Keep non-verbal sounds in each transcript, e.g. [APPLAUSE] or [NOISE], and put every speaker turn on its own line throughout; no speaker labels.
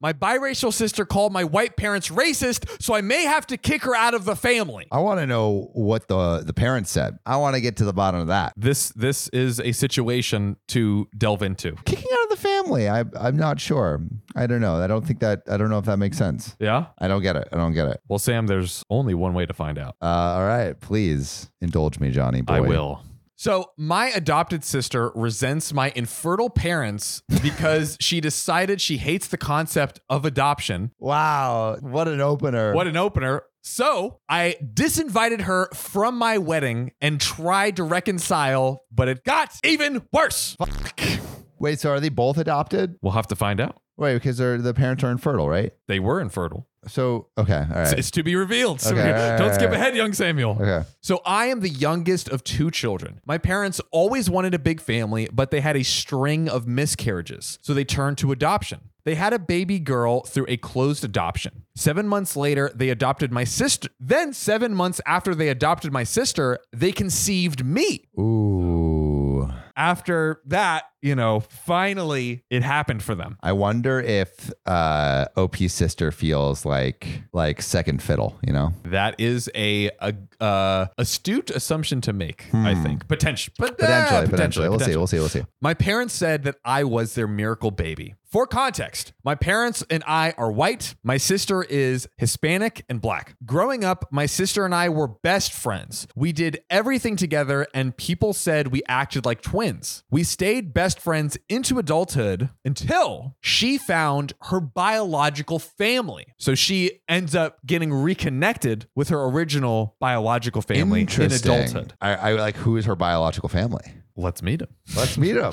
My biracial sister called my white parents racist, so I may have to kick her out of the family.
I want to know what the the parents said. I want to get to the bottom of that.
This this is a situation to delve into.
Kicking out of the family. I I'm not sure. I don't know. I don't think that. I don't know if that makes sense.
Yeah?
I don't get it. I don't get it.
Well, Sam, there's only one way to find out.
Uh, all right, please indulge me, Johnny. Boy.
I will.
So, my adopted sister resents my infertile parents
[LAUGHS]
because she decided she hates the concept of adoption.
Wow, what an opener!
What an opener. So, I disinvited her from my wedding and tried to reconcile, but it got even worse.
Wait, so are they both adopted?
We'll have to find out.
Wait, because they're the parents are infertile, right?
They were infertile.
So okay, all
It's, [LAUGHS]
right,
it's to be revealed. So
Okay, all
[LAUGHS]
right, all
Don't
right,
skip
all right.
ahead, young Samuel.
okay.
So I am the youngest of two children. My parents always wanted a big family, but they had a string of miscarriages. So they turned to adoption. They had a baby girl through a closed adoption. Seven months later, they adopted my sister. Then, seven months after they adopted my sister, they conceived me.
Ooh,
After that, you know, finally it happened for them.
I wonder if uh, OP's sister feels like like second fiddle. You know,
That
Is a, a uh, astute assumption to make, I think. Potential, but, eh,
Hmm. potentially, potentially.
potentially,
We'll
potentially.
see. We'll see. We'll see.
My parents said that I was their miracle baby. For context, my parents and I are white. My sister is Hispanic and black. Growing up, my sister and I were best friends. We did everything together, and people said we acted like twins. We stayed best friends into adulthood until she found her biological family. So she ends up getting reconnected with her original biological family in
Interesting.
adulthood.
I, I like who is her biological family?
Let's meet him.
Let's meet [LAUGHS] them.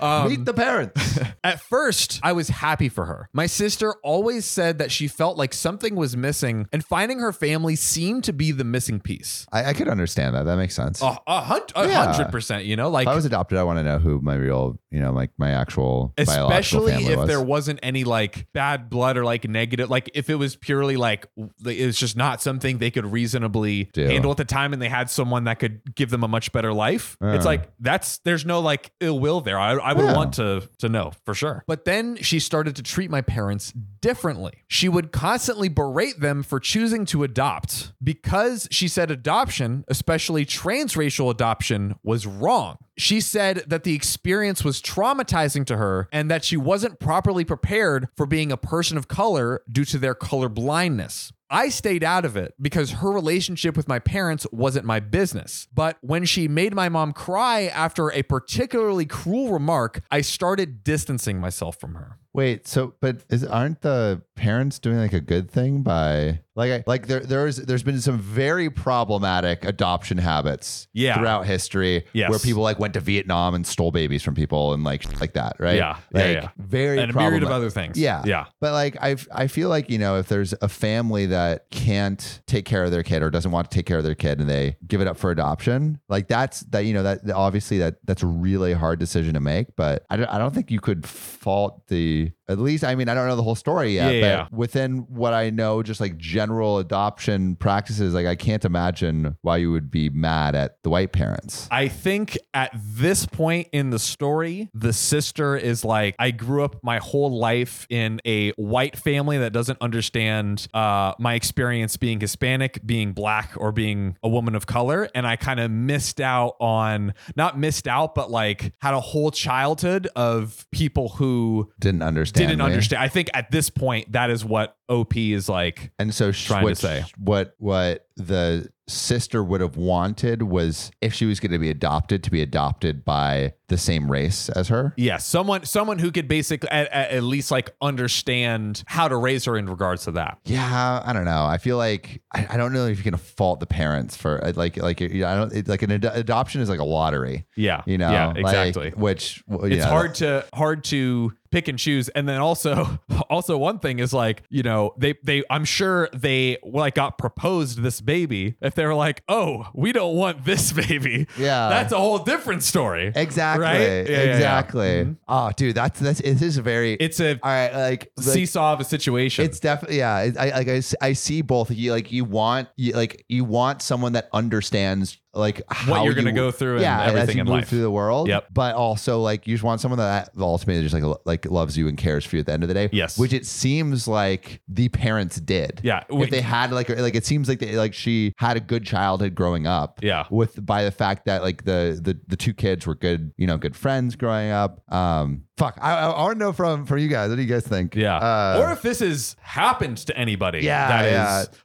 Um,
meet the parents.
At first, I was happy for her. My sister always said that she felt like something was missing, and finding her family seemed to be the missing piece.
[LAUGHS] I, I could understand that. That makes sense.
Oh,
A, a, hun- a
Yeah.
hundred percent, you know, like
If I was adopted, I want to know who my real, you know, like my actual biological
especially
family
if
was.
there wasn't any like bad blood or like negative, like if it was purely like w- it was just not something they could reasonably
Do.
handle at the time, and they had someone that could give them a much better life.
Yeah.
It's like that's there's no like ill will there. I, I would
Yeah.
want to to know for sure. But then she started to treat my parents differently. She would constantly berate them for choosing to adopt because she said adoption, especially transracial adoption, was wrong. She said that the experience was traumatizing to her and that she wasn't properly prepared for being a person of color due to their color blindness. I stayed out of it because her relationship with my parents wasn't my business. But when she made my mom cry after a particularly cruel remark, I started distancing myself from her.
Wait, so but is aren't the parents doing like a good thing by like I, like there there's there's been some very problematic adoption habits
Yeah.
throughout history
Yes.
where people like went to Vietnam and stole babies from people and like shit like that, right?
Yeah. Yeah,
Like
yeah.
very
And a myriad of
problema-
other things.
Yeah.
Yeah.
But like I I feel like, you know, if there's a family that can't take care of their kid or doesn't want to take care of their kid and they give it up for adoption, like that's that you know that obviously that that's a really hard decision to make, but I don't, I don't think you could fault the at least I mean I don't know the whole story yet,
Yeah,
but
yeah.
within what I know just like general adoption practices, like I can't imagine why you would be mad at the white parents.
I think at this point in the story, the sister is like, I grew up my whole life in a white family that doesn't understand uh, my experience being Hispanic, being black, or being a woman of color. And I kind of missed out on, not missed out, but like had a whole childhood of people who
Didn't understand.
didn't
me.
understand. I think at this point, that is what OP is like.
And so sh-
trying to
what,
say.
what what the sister would have wanted was if she was going to be adopted to be adopted by the same race as her.
Yeah, someone someone who could basically at, at at least like understand how to raise her in regards to that.
Yeah, I don't know. I feel like I, I don't know if you can fault the parents for uh, like like you know, I don't it, like an ad- adoption is like a lottery,
Yeah.
you know.
Yeah,
like,
exactly.
which well, you
it's
know,
hard to hard to pick and choose and then also [LAUGHS] also one thing is like you know they they i'm sure they like got proposed this baby if they were like oh we don't want this [LAUGHS] baby
Yeah.
that's a whole different story
Exactly.
Right? Yeah, yeah, yeah. Mm-hmm.
exactly. Oh, dude, that's that's this is very
it's a
all right. Like, like
seesaw of a situation
It's definitely yeah. I I- like I, s- I see both. You like you want you like you want someone that understands like how
you're
you-
gonna go through and
yeah, as
everything
you
in
move
life.
through the world.
Yep.
But also like you just want someone that ultimately just like lo- like loves you and cares for you at the end of the day.
Yes.
Which it seems like the parents did.
Yeah.
if they had like like it seems like they like she had a good childhood growing up.
Yeah.
With by the fact that like the the the two kids were good you know good friends growing up. Um. Fuck. I I, I want to know from from you guys. What do you guys think?
Yeah.
Uh,
or if this has happened to anybody.
yeah,
That is,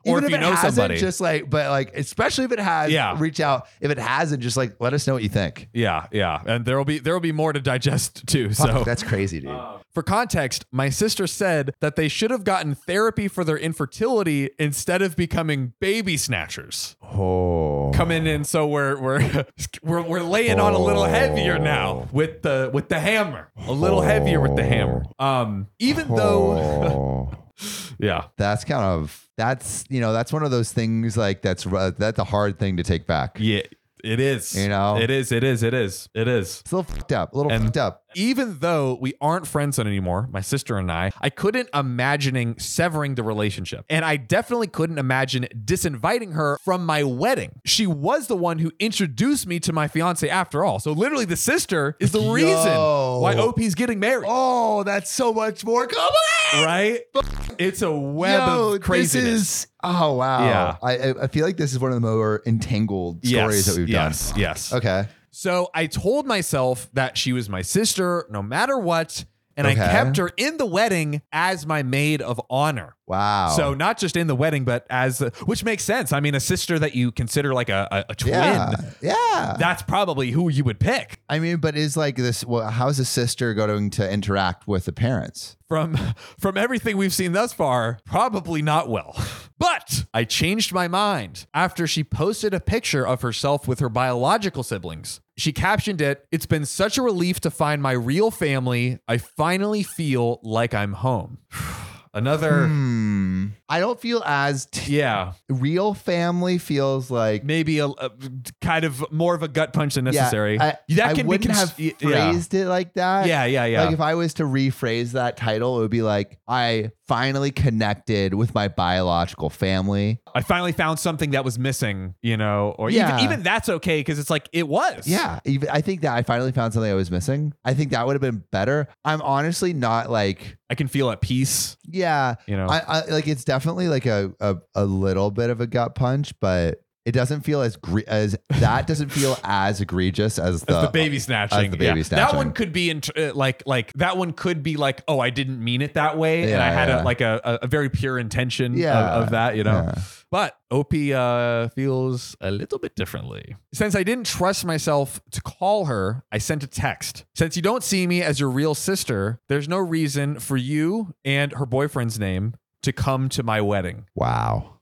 yeah.
or
Even
if you
it
know
hasn't,
somebody.
just like, but like, especially if it has,
Yeah.
reach out. If it hasn't, just like, let us know what you think.
yeah. Yeah. And there'll be, there'll be more to digest too. So
Fuck, that's crazy,
[LAUGHS]
dude.
For context, my sister said that they should have gotten therapy for their infertility instead of becoming baby snatchers.
oh,
Coming in, so we're we're [LAUGHS] we're, we're laying on a little heavier now with the with the hammer. A little heavier with the hammer. Um, even
Oh.
though
yeah.
that's kind of that's you know that's one of those things like that's ru- that's a hard thing to take back.
Yeah. It is.
You know?
it is. It is. It is. It is.
It's a little fucked up, a little
And-
fucked up.
even though we aren't friends anymore, my sister and I, I couldn't imagining severing the relationship. And I definitely couldn't imagine disinviting her from my wedding. She was the one who introduced me to my fiance after all. So literally the sister is the reason
Yo.
why OP's getting married.
Oh, that's so much more complex.
Right? It's a web
Oh. Yo,
of craziness.
This is, oh wow.
Yeah.
I I- I feel like this is one of the more entangled stories
yes.
that we've
yes. Yes.
done. Okay.
so I told myself that she was my sister no matter what. And
Okay.
I kept her in the wedding as my maid of honor.
Wow.
So not just in the wedding, but as the, which makes sense. I mean, a sister that you consider like a, a, a twin,
yeah, Uh, yeah.
that's probably who you would pick
I mean, but is like this? Well, how's a sister going to interact with the parents?
from from everything we've seen thus far. Probably not well. But I changed my mind after she posted a picture of herself with her biological siblings. She captioned it, "It's been such a relief to find my real family. I finally feel like I'm home." [SIGHS] Another
Hmm. I don't feel as t-
yeah,
real family feels like
maybe a, a- kind of more of a gut punch than necessary.
Yeah, I,
that
I
can
wouldn't
be cons-
have
y- yeah.
phrased it like that.
Yeah, yeah, yeah.
Like if I was to rephrase that title, it would be like, I finally connected with my biological family.
I finally found something that was missing, you know, or
Yeah.
even, even that's okay because it's like it was.
Yeah, even, I think that I finally found something I was missing. I think that would have been better. I'm honestly not like,
I can feel at peace,
yeah,
you know.
I, I like it's definitely like a, a a little bit of a gut punch, but it doesn't feel as gre- as that doesn't feel as egregious as the,
the baby snatching,
the baby
yeah.
snatching.
That one could be in, uh, like, like that one could be like, oh, I didn't mean it that way, and
Yeah,
I had
yeah.
a, like a, a- a very pure intention of-
Yeah,
of, that, you know.
yeah.
But OP uh, feels a little bit differently. Since I didn't trust myself to call her, I sent a text. Since you don't see me as your real sister, there's no reason for you and her boyfriend's name to come to my wedding.
Wow.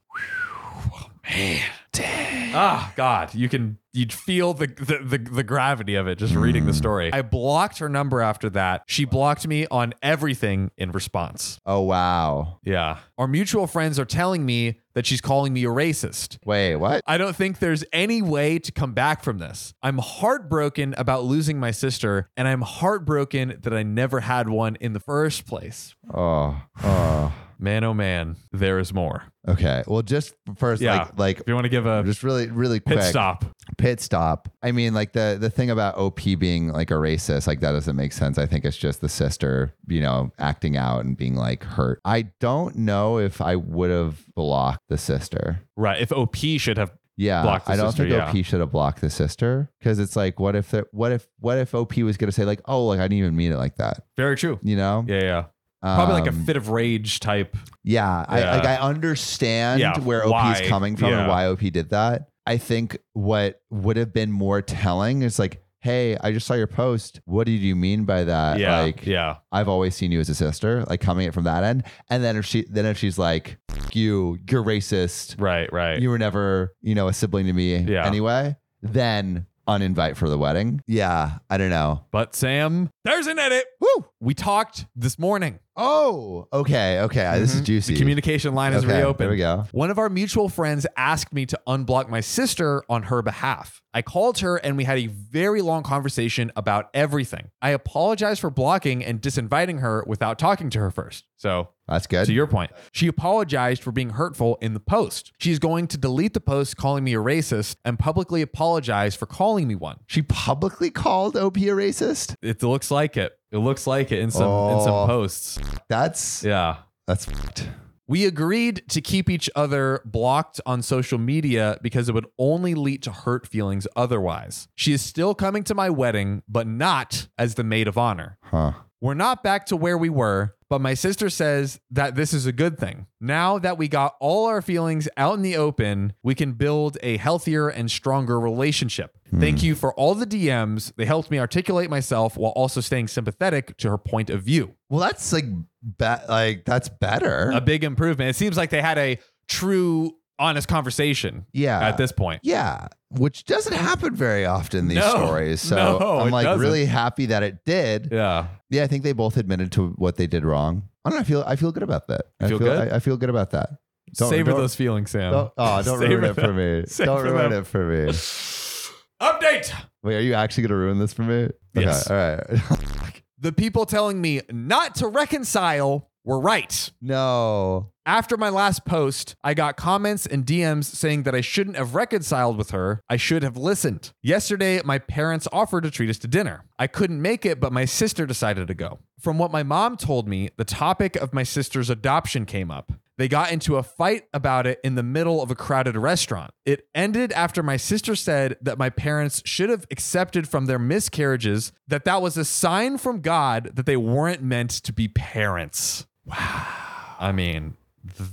Ah, God, you can you'd feel the the, the the gravity of it just reading the story. Hmm. I blocked her number after that. She blocked me on everything in response.
Oh wow.
Yeah. Our mutual friends are telling me that she's calling me a racist.
Wait, what?
I don't think there's any way to come back from this. I'm heartbroken about losing my sister, and I'm heartbroken that I never had one in the first place.
Oh. Oh.
Man, oh man, there is more.
Okay. Well, just first,
Yeah.
like,
If you want to give a
like, just really, really quick
pit stop,
Pit stop. I mean, like the the thing about OP being like a racist, like that doesn't make sense. I think it's just the sister, you know, acting out and being like hurt. I don't know if I would have blocked the sister.
right? If OP should have,
Yeah,
Block the
I don't
sister,
think
yeah.
OP should have blocked the sister because it's like, what if the, what if what if OP was gonna say like, oh, like I didn't even mean it like that,
very true.
you know?
Yeah. Yeah. Probably like a
Um,
fit of rage type.
Yeah, I,
Yeah.
like I understand
Yeah,
where OP
why,
is coming from and
yeah.
why OP did that. I think what would have been more telling is like, hey, I just saw your post. What did you mean by that?
Yeah.
Like,
yeah.
I've always seen you as a sister. Like coming it from that end, and then if she, then if she's like, F you, you're racist.
Right. Right.
You were never, you know, a sibling to me
Yeah.
anyway. Then uninvite for the wedding. Yeah, I don't know.
but Sam, there's an edit.
Woo!
We talked this morning.
Oh, okay, okay. This is
Mhm.
juicy.
The communication line is
Okay,
reopened.
There we go.
One of our mutual friends asked me to unblock my sister on her behalf. I called her and we had a very long conversation about everything. I apologized for blocking and disinviting her without talking to her first. So,
That's good.
to your point, she apologized for being hurtful in the post. She's going to delete the post calling me a racist and publicly apologize for calling me one.
she publicly called OP a racist.
It looks like it. It looks like it in some in
Oh.
some posts.
That's
Yeah.
that's fucked.
We agreed to keep each other blocked on social media because it would only lead to hurt feelings otherwise. She is still coming to my wedding, but not as the maid of honor.
Huh.
We're not back to where we were, but my sister says that this is a good thing. Now that we got all our feelings out in the open, we can build a healthier and stronger relationship.
Hmm.
Thank you for all the DMs. They helped me articulate myself while also staying sympathetic to her point of view.
Well, that's like be- like that's better.
A big improvement. It seems like they had a true, honest conversation
yeah.
at this point.
yeah, which doesn't happen very often these
No,
stories. So
[LAUGHS] no,
I'm
it
like
doesn't.
really happy that it did.
Yeah.
Yeah, I think they both admitted to what they did wrong. I don't know. I feel I feel good about that. I
feel good?
I, I feel good about that. Don't-
Savor
don't-
those feelings, Sam.
Don't,
[LAUGHS]
oh, don't
Savor
ruin it for
them.
me.
Savor
don't ruin
them.
it for me.
Update.
Wait, are you actually gonna ruin this for me? Okay,
Yes.
All right. [LAUGHS]
The people telling me not to reconcile were right.
no.
After my last post, I got comments and DMs saying that I shouldn't have reconciled with her. I should have listened. Yesterday, my parents offered to treat us to dinner. I couldn't make it, but my sister decided to go. From what my mom told me, the topic of my sister's adoption came up. They got into a fight about it in the middle of a crowded restaurant. It ended after my sister said that my parents should have accepted from their miscarriages that that was a sign from God that they weren't meant to be parents. I mean,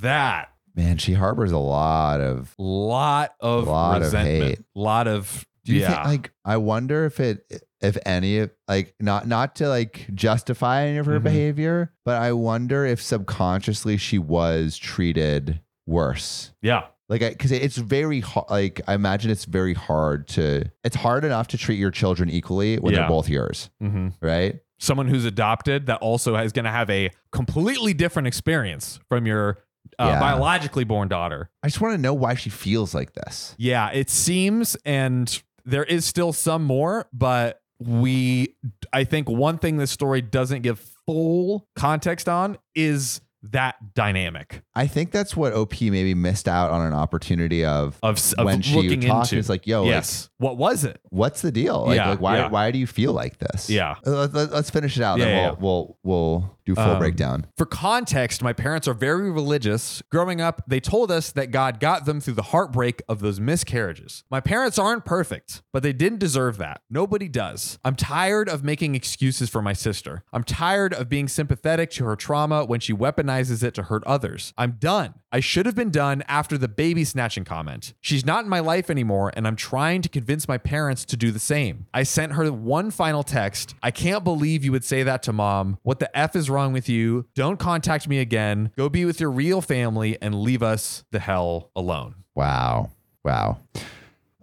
that
Man, she harbors a lot of
lot of
Lot of
resentment,
hate.
lot of
Do you
yeah.
think like I wonder if it if any of like not not to like justify any of her
Mhm.
behavior, but I wonder if subconsciously she was treated worse.
yeah,
Like I cuz it's very hard like I imagine it's very hard to it's hard enough to treat your children equally when
Yeah.
they're both yours,
hmm
right?
someone who's adopted that also is going to have a completely different experience from your uh,
Yeah.
biologically born daughter.
I just want to know why she feels like this.
Yeah, it seems, and there is still some more, but we, I think, one thing this story doesn't give full context on is that dynamic
I think that's what OP maybe missed out on an opportunity of
of, s- of
when she
looking
talked
into.
it's like, yo, like,
yes, what was it?
what's the deal? Like,
Yeah,
like, why
yeah.
why do you feel like this? Uh,
Yeah.
Let, let, us finish it out.
Yeah,
then
yeah,
we'll, we'll we'll do full
Um,
breakdown.
For context, my parents are very religious. Growing up, they told us that God got them through the heartbreak of those miscarriages. My parents aren't perfect, but they didn't deserve that. Nobody does. I'm tired of making excuses for my sister. I'm tired of being sympathetic to her trauma when she weaponizes it to hurt others. I'm done. I should have been done after the baby snatching comment. She's not in my life anymore, and I'm trying to convince my parents to do the same. I sent her one final text. I can't believe you would say that to mom. What the F is wrong with you? Don't contact me again. Go be with your real family and leave us the hell alone.
Wow. Wow.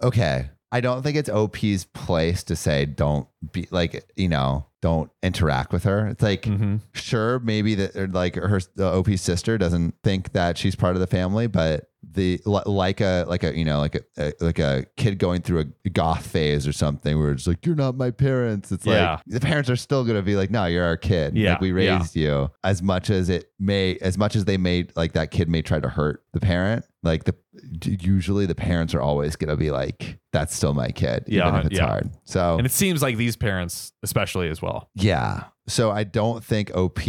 Okay. I don't think it's OP's place to say don't be like you know don't interact with her. It's like
Mm-hmm.
sure maybe that or, like her the OP's sister doesn't think that she's part of the family, but the li- like a like a you know like a, a like a kid going through a goth phase or something where it's like you're not my parents. It's
Yeah.
like the parents are still gonna be like no you're our kid.
Yeah,
like we
yeah.
raised you as much as it may as much as they may like that kid may try to hurt the parent. Like the usually the parents are always gonna be like that's still my kid.
Yeah,
even if it's
yeah.
hard. So
And it seems like these parents, especially as well.
yeah. So I don't think OP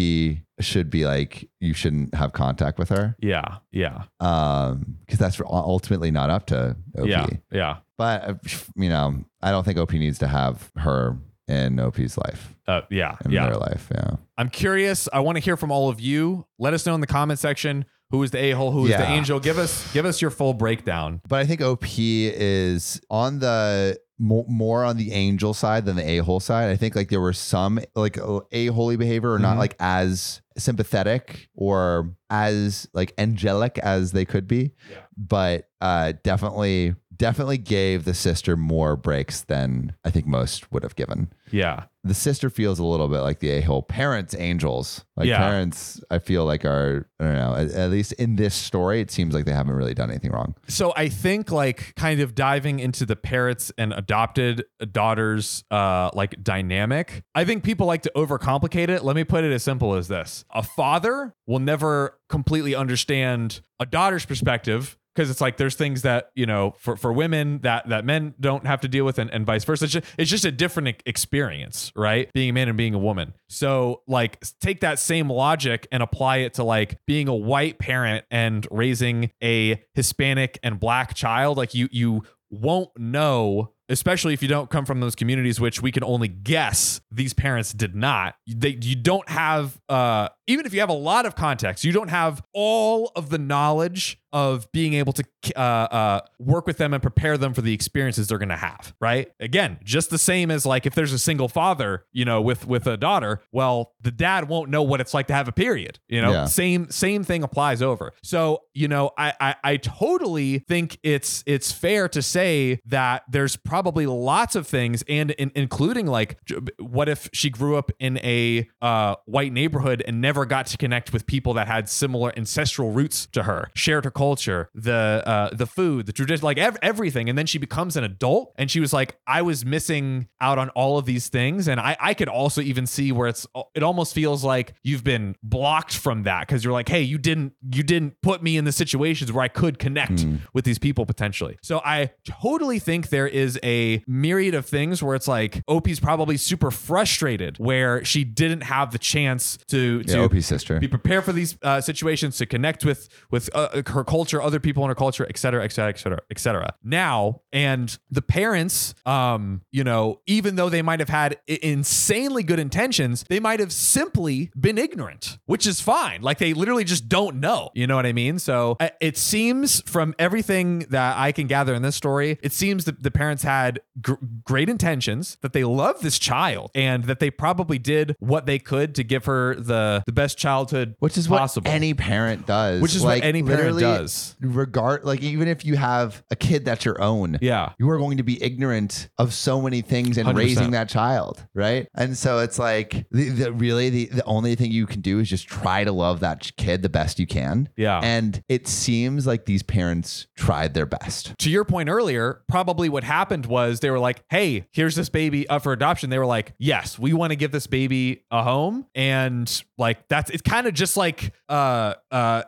should be like you shouldn't have contact with her,
Yeah. Yeah.
um, because that's ultimately not up to OP.
Yeah. Yeah.
But uh, you know, I don't think OP needs to have her in OP's life
Uh, yeah.
in
Yeah.
their life. Yeah.
I'm curious. I want to hear from all of you. Let us know in the comment section who is the a hole, who is the
Yeah.
angel. Give us give us your full breakdown.
But I think OP is on the mo- more on the angel side than the a hole side. I think like there were some like a holy behavior or not
Mhm.
like as sympathetic or as like angelic as they could be,
Yeah.
but uh, definitely definitely gave the sister more breaks than I think most would have given.
Yeah.
The sister feels a little bit like the a hole. Parents, angels. Like
Yeah.
parents, I feel like are, I don't know, at, at least in this story, it seems like they haven't really done anything wrong.
So I think like kind of diving into the parents and adopted daughters uh like dynamic. I think people like to overcomplicate it. Let me put it as simple as this. A father will never completely understand a daughter's perspective because it's like there's things that you know for, for women that that men don't have to deal with and, and vice versa it's just, it's just a different e- experience right being a man and being a woman so like s- take that same logic and apply it to like being a white parent and raising a hispanic and black child like you you won't know especially if you don't come from those communities which we can only guess these parents did not they you don't have uh even if you have a lot of context you don't have all of the knowledge of being able to uh, uh, work with them and prepare them for the experiences they're going to have right again just the same as like if there's a single father you know with with a daughter well the dad won't know what it's like to have a period you know
Yeah.
same same thing applies over so you know I, I i totally think it's it's fair to say that there's probably lots of things and in, including like j- what if she grew up in a uh, white neighborhood and never got to connect with people that had similar ancestral roots to her shared her culture the uh, the food the tradition like ev- everything and then she becomes an adult and she was like i was missing out on all of these things and i i could also even see where it's it almost feels like you've been blocked from that because you're like hey you didn't you didn't put me in the situations where i could connect with these people potentially so i totally think there is a myriad of things where it's like opie's probably super frustrated where she didn't have the chance to
Yeah,
to
OP's sister.
be prepared for these uh, situations to connect with with uh, her culture other people in her culture et cetera et cetera et cetera et cetera now and the parents um you know even though they might have had i- insanely good intentions they might have simply been ignorant which is fine like they literally just don't know you know what i mean so uh, it seems from everything that i can gather in this story it seems that the parents had gr- great intentions that they love this child and that they probably did what they could to give her the the best childhood
which is
possible
what any parent does.
Which is what any parent
literally,
does.
Regard like even if you have a kid that's your own,
yeah
you are going to be ignorant of so many things in
100%.
raising that child, right? And so it's like the, the really the, the only thing you can do is just try to love that ch- kid the best you can.
Yeah.
And it seems like these parents tried their best.
to your point earlier, probably what happened was they were like, hey, here's this baby up for adoption. They were like, yes, we want to give this baby a home. And like, that's it's kind of just like, uh, uh,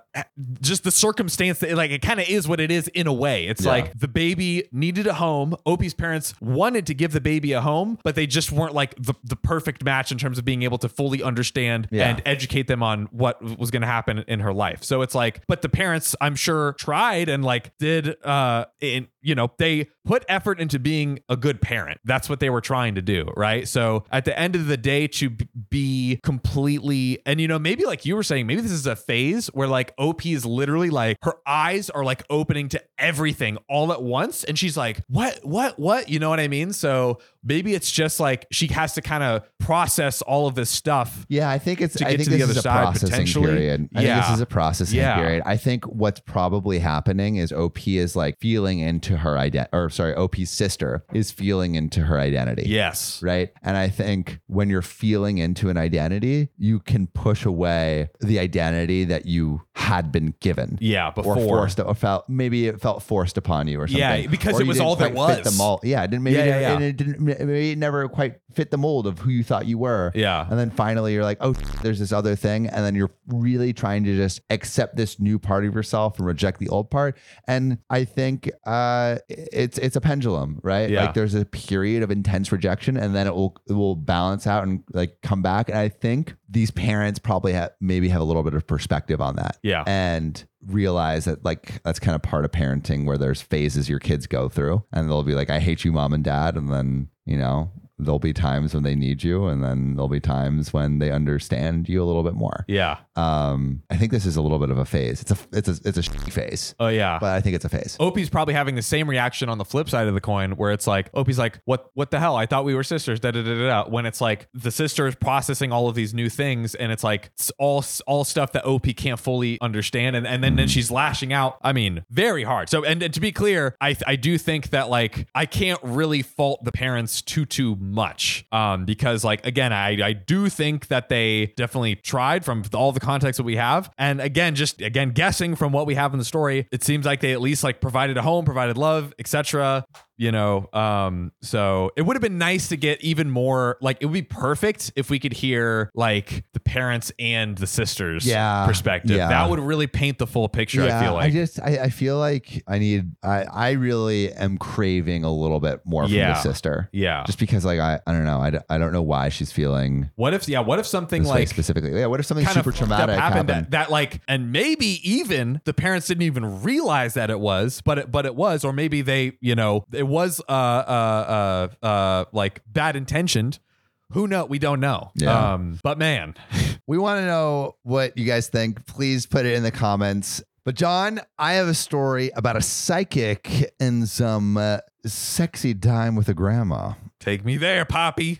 just the circumstance that like it kind of is what it is in a way. It's
Yeah.
like the baby needed a home. Opie's parents wanted to give the baby a home, but they just weren't like the, the perfect match in terms of being able to fully understand
Yeah.
and educate them on what was going to happen in her life. So it's like, but the parents, I'm sure, tried and like did, uh, in you know, they put effort into being a good parent. That's what they were trying to do, right? So at the end of the day, to b- be completely, and you know, maybe like you were saying, maybe this is a phase where like OP is literally like her eyes are like opening to everything all at once, and she's like, what, what, what? You know what I mean? So maybe it's just like she has to kind of process all of this stuff
Yeah, I think it's.
To
I
get to
think
the
this
other
is a
side,
processing
potentially.
period. I think
Yeah.
this is a processing
Yeah.
period. I think what's probably happening is OP is like feeling into her identity, or sorry, OP's sister is feeling into her identity.
Yes.
right? And I think when you're feeling into an identity, you can push away the identity that you had been given.
Yeah, before.
Or forced, or felt maybe it felt forced upon you, or something.
Yeah, because
Or
it
you
was
didn't
all there
quite fit
was.
the mold. Yeah, it didn't maybe,
Yeah,
it
yeah,
didn't-
yeah.
and it didn't maybe it never quite fit the mold of who you thought you were.
Yeah.
and then finally you're like, oh, there's this other thing, and then you're really trying to just accept this new part of yourself and reject the old part. And I think uh, it's it's a pendulum, right?
Yeah.
Like there's a period of intense rejection and then it will it will balance out and like come back and i think these parents probably have maybe have a little bit of perspective on that
Yeah.
and realize that like that's kind of part of parenting where there's phases your kids go through and they'll be like i hate you mom and dad and then you know there'll be times when they need you, and then there'll be times when they understand you a little bit more.
Yeah.
Um, I think this is a little bit of a phase. It's a it's a it's a shitty phase,
Oh yeah.
but I think it's a phase.
Opie's probably having the same reaction on the flip side of the coin, where it's like Opie's like, "What? What the hell? I thought we were sisters." Da da da da. da. When it's like the sister is processing all of these new things, and it's like it's all all stuff that Opie can't fully understand, and and then, then she's lashing out. I mean, very hard. So, and, and to be clear, I I do think that like I can't really fault the parents too too much, um, because like again, I I do think that they definitely tried from all the context that we have, and again, just again guessing from what we have in the story, it seems like they at least like provided a home, provided love, etc. You know, um, so it would have been nice to get even more. Like it would be perfect if we could hear like the parents and the sisters'
Yeah.
perspective.
Yeah.
That would really paint the full picture. I feel like.
just I, I feel like I need I I really am craving a little bit more from
Yeah.
the sister.
yeah.
Just because like I I don't know I, d- I don't know why she's feeling
what if? Yeah. What if something
this way
like
specifically. Yeah, what if something
kind
super
of fucked up
traumatic
happened,
happened?
That, that like and maybe even the parents didn't even realize that it was but it, but it was or maybe they you know it was uh uh uh, uh like bad intentioned who know we don't know
Yeah.
um but man [LAUGHS]
We want to know what you guys think. Please put it in the comments. But John, I have a story about a psychic and some uh, sexy time with a grandma.
take me there poppy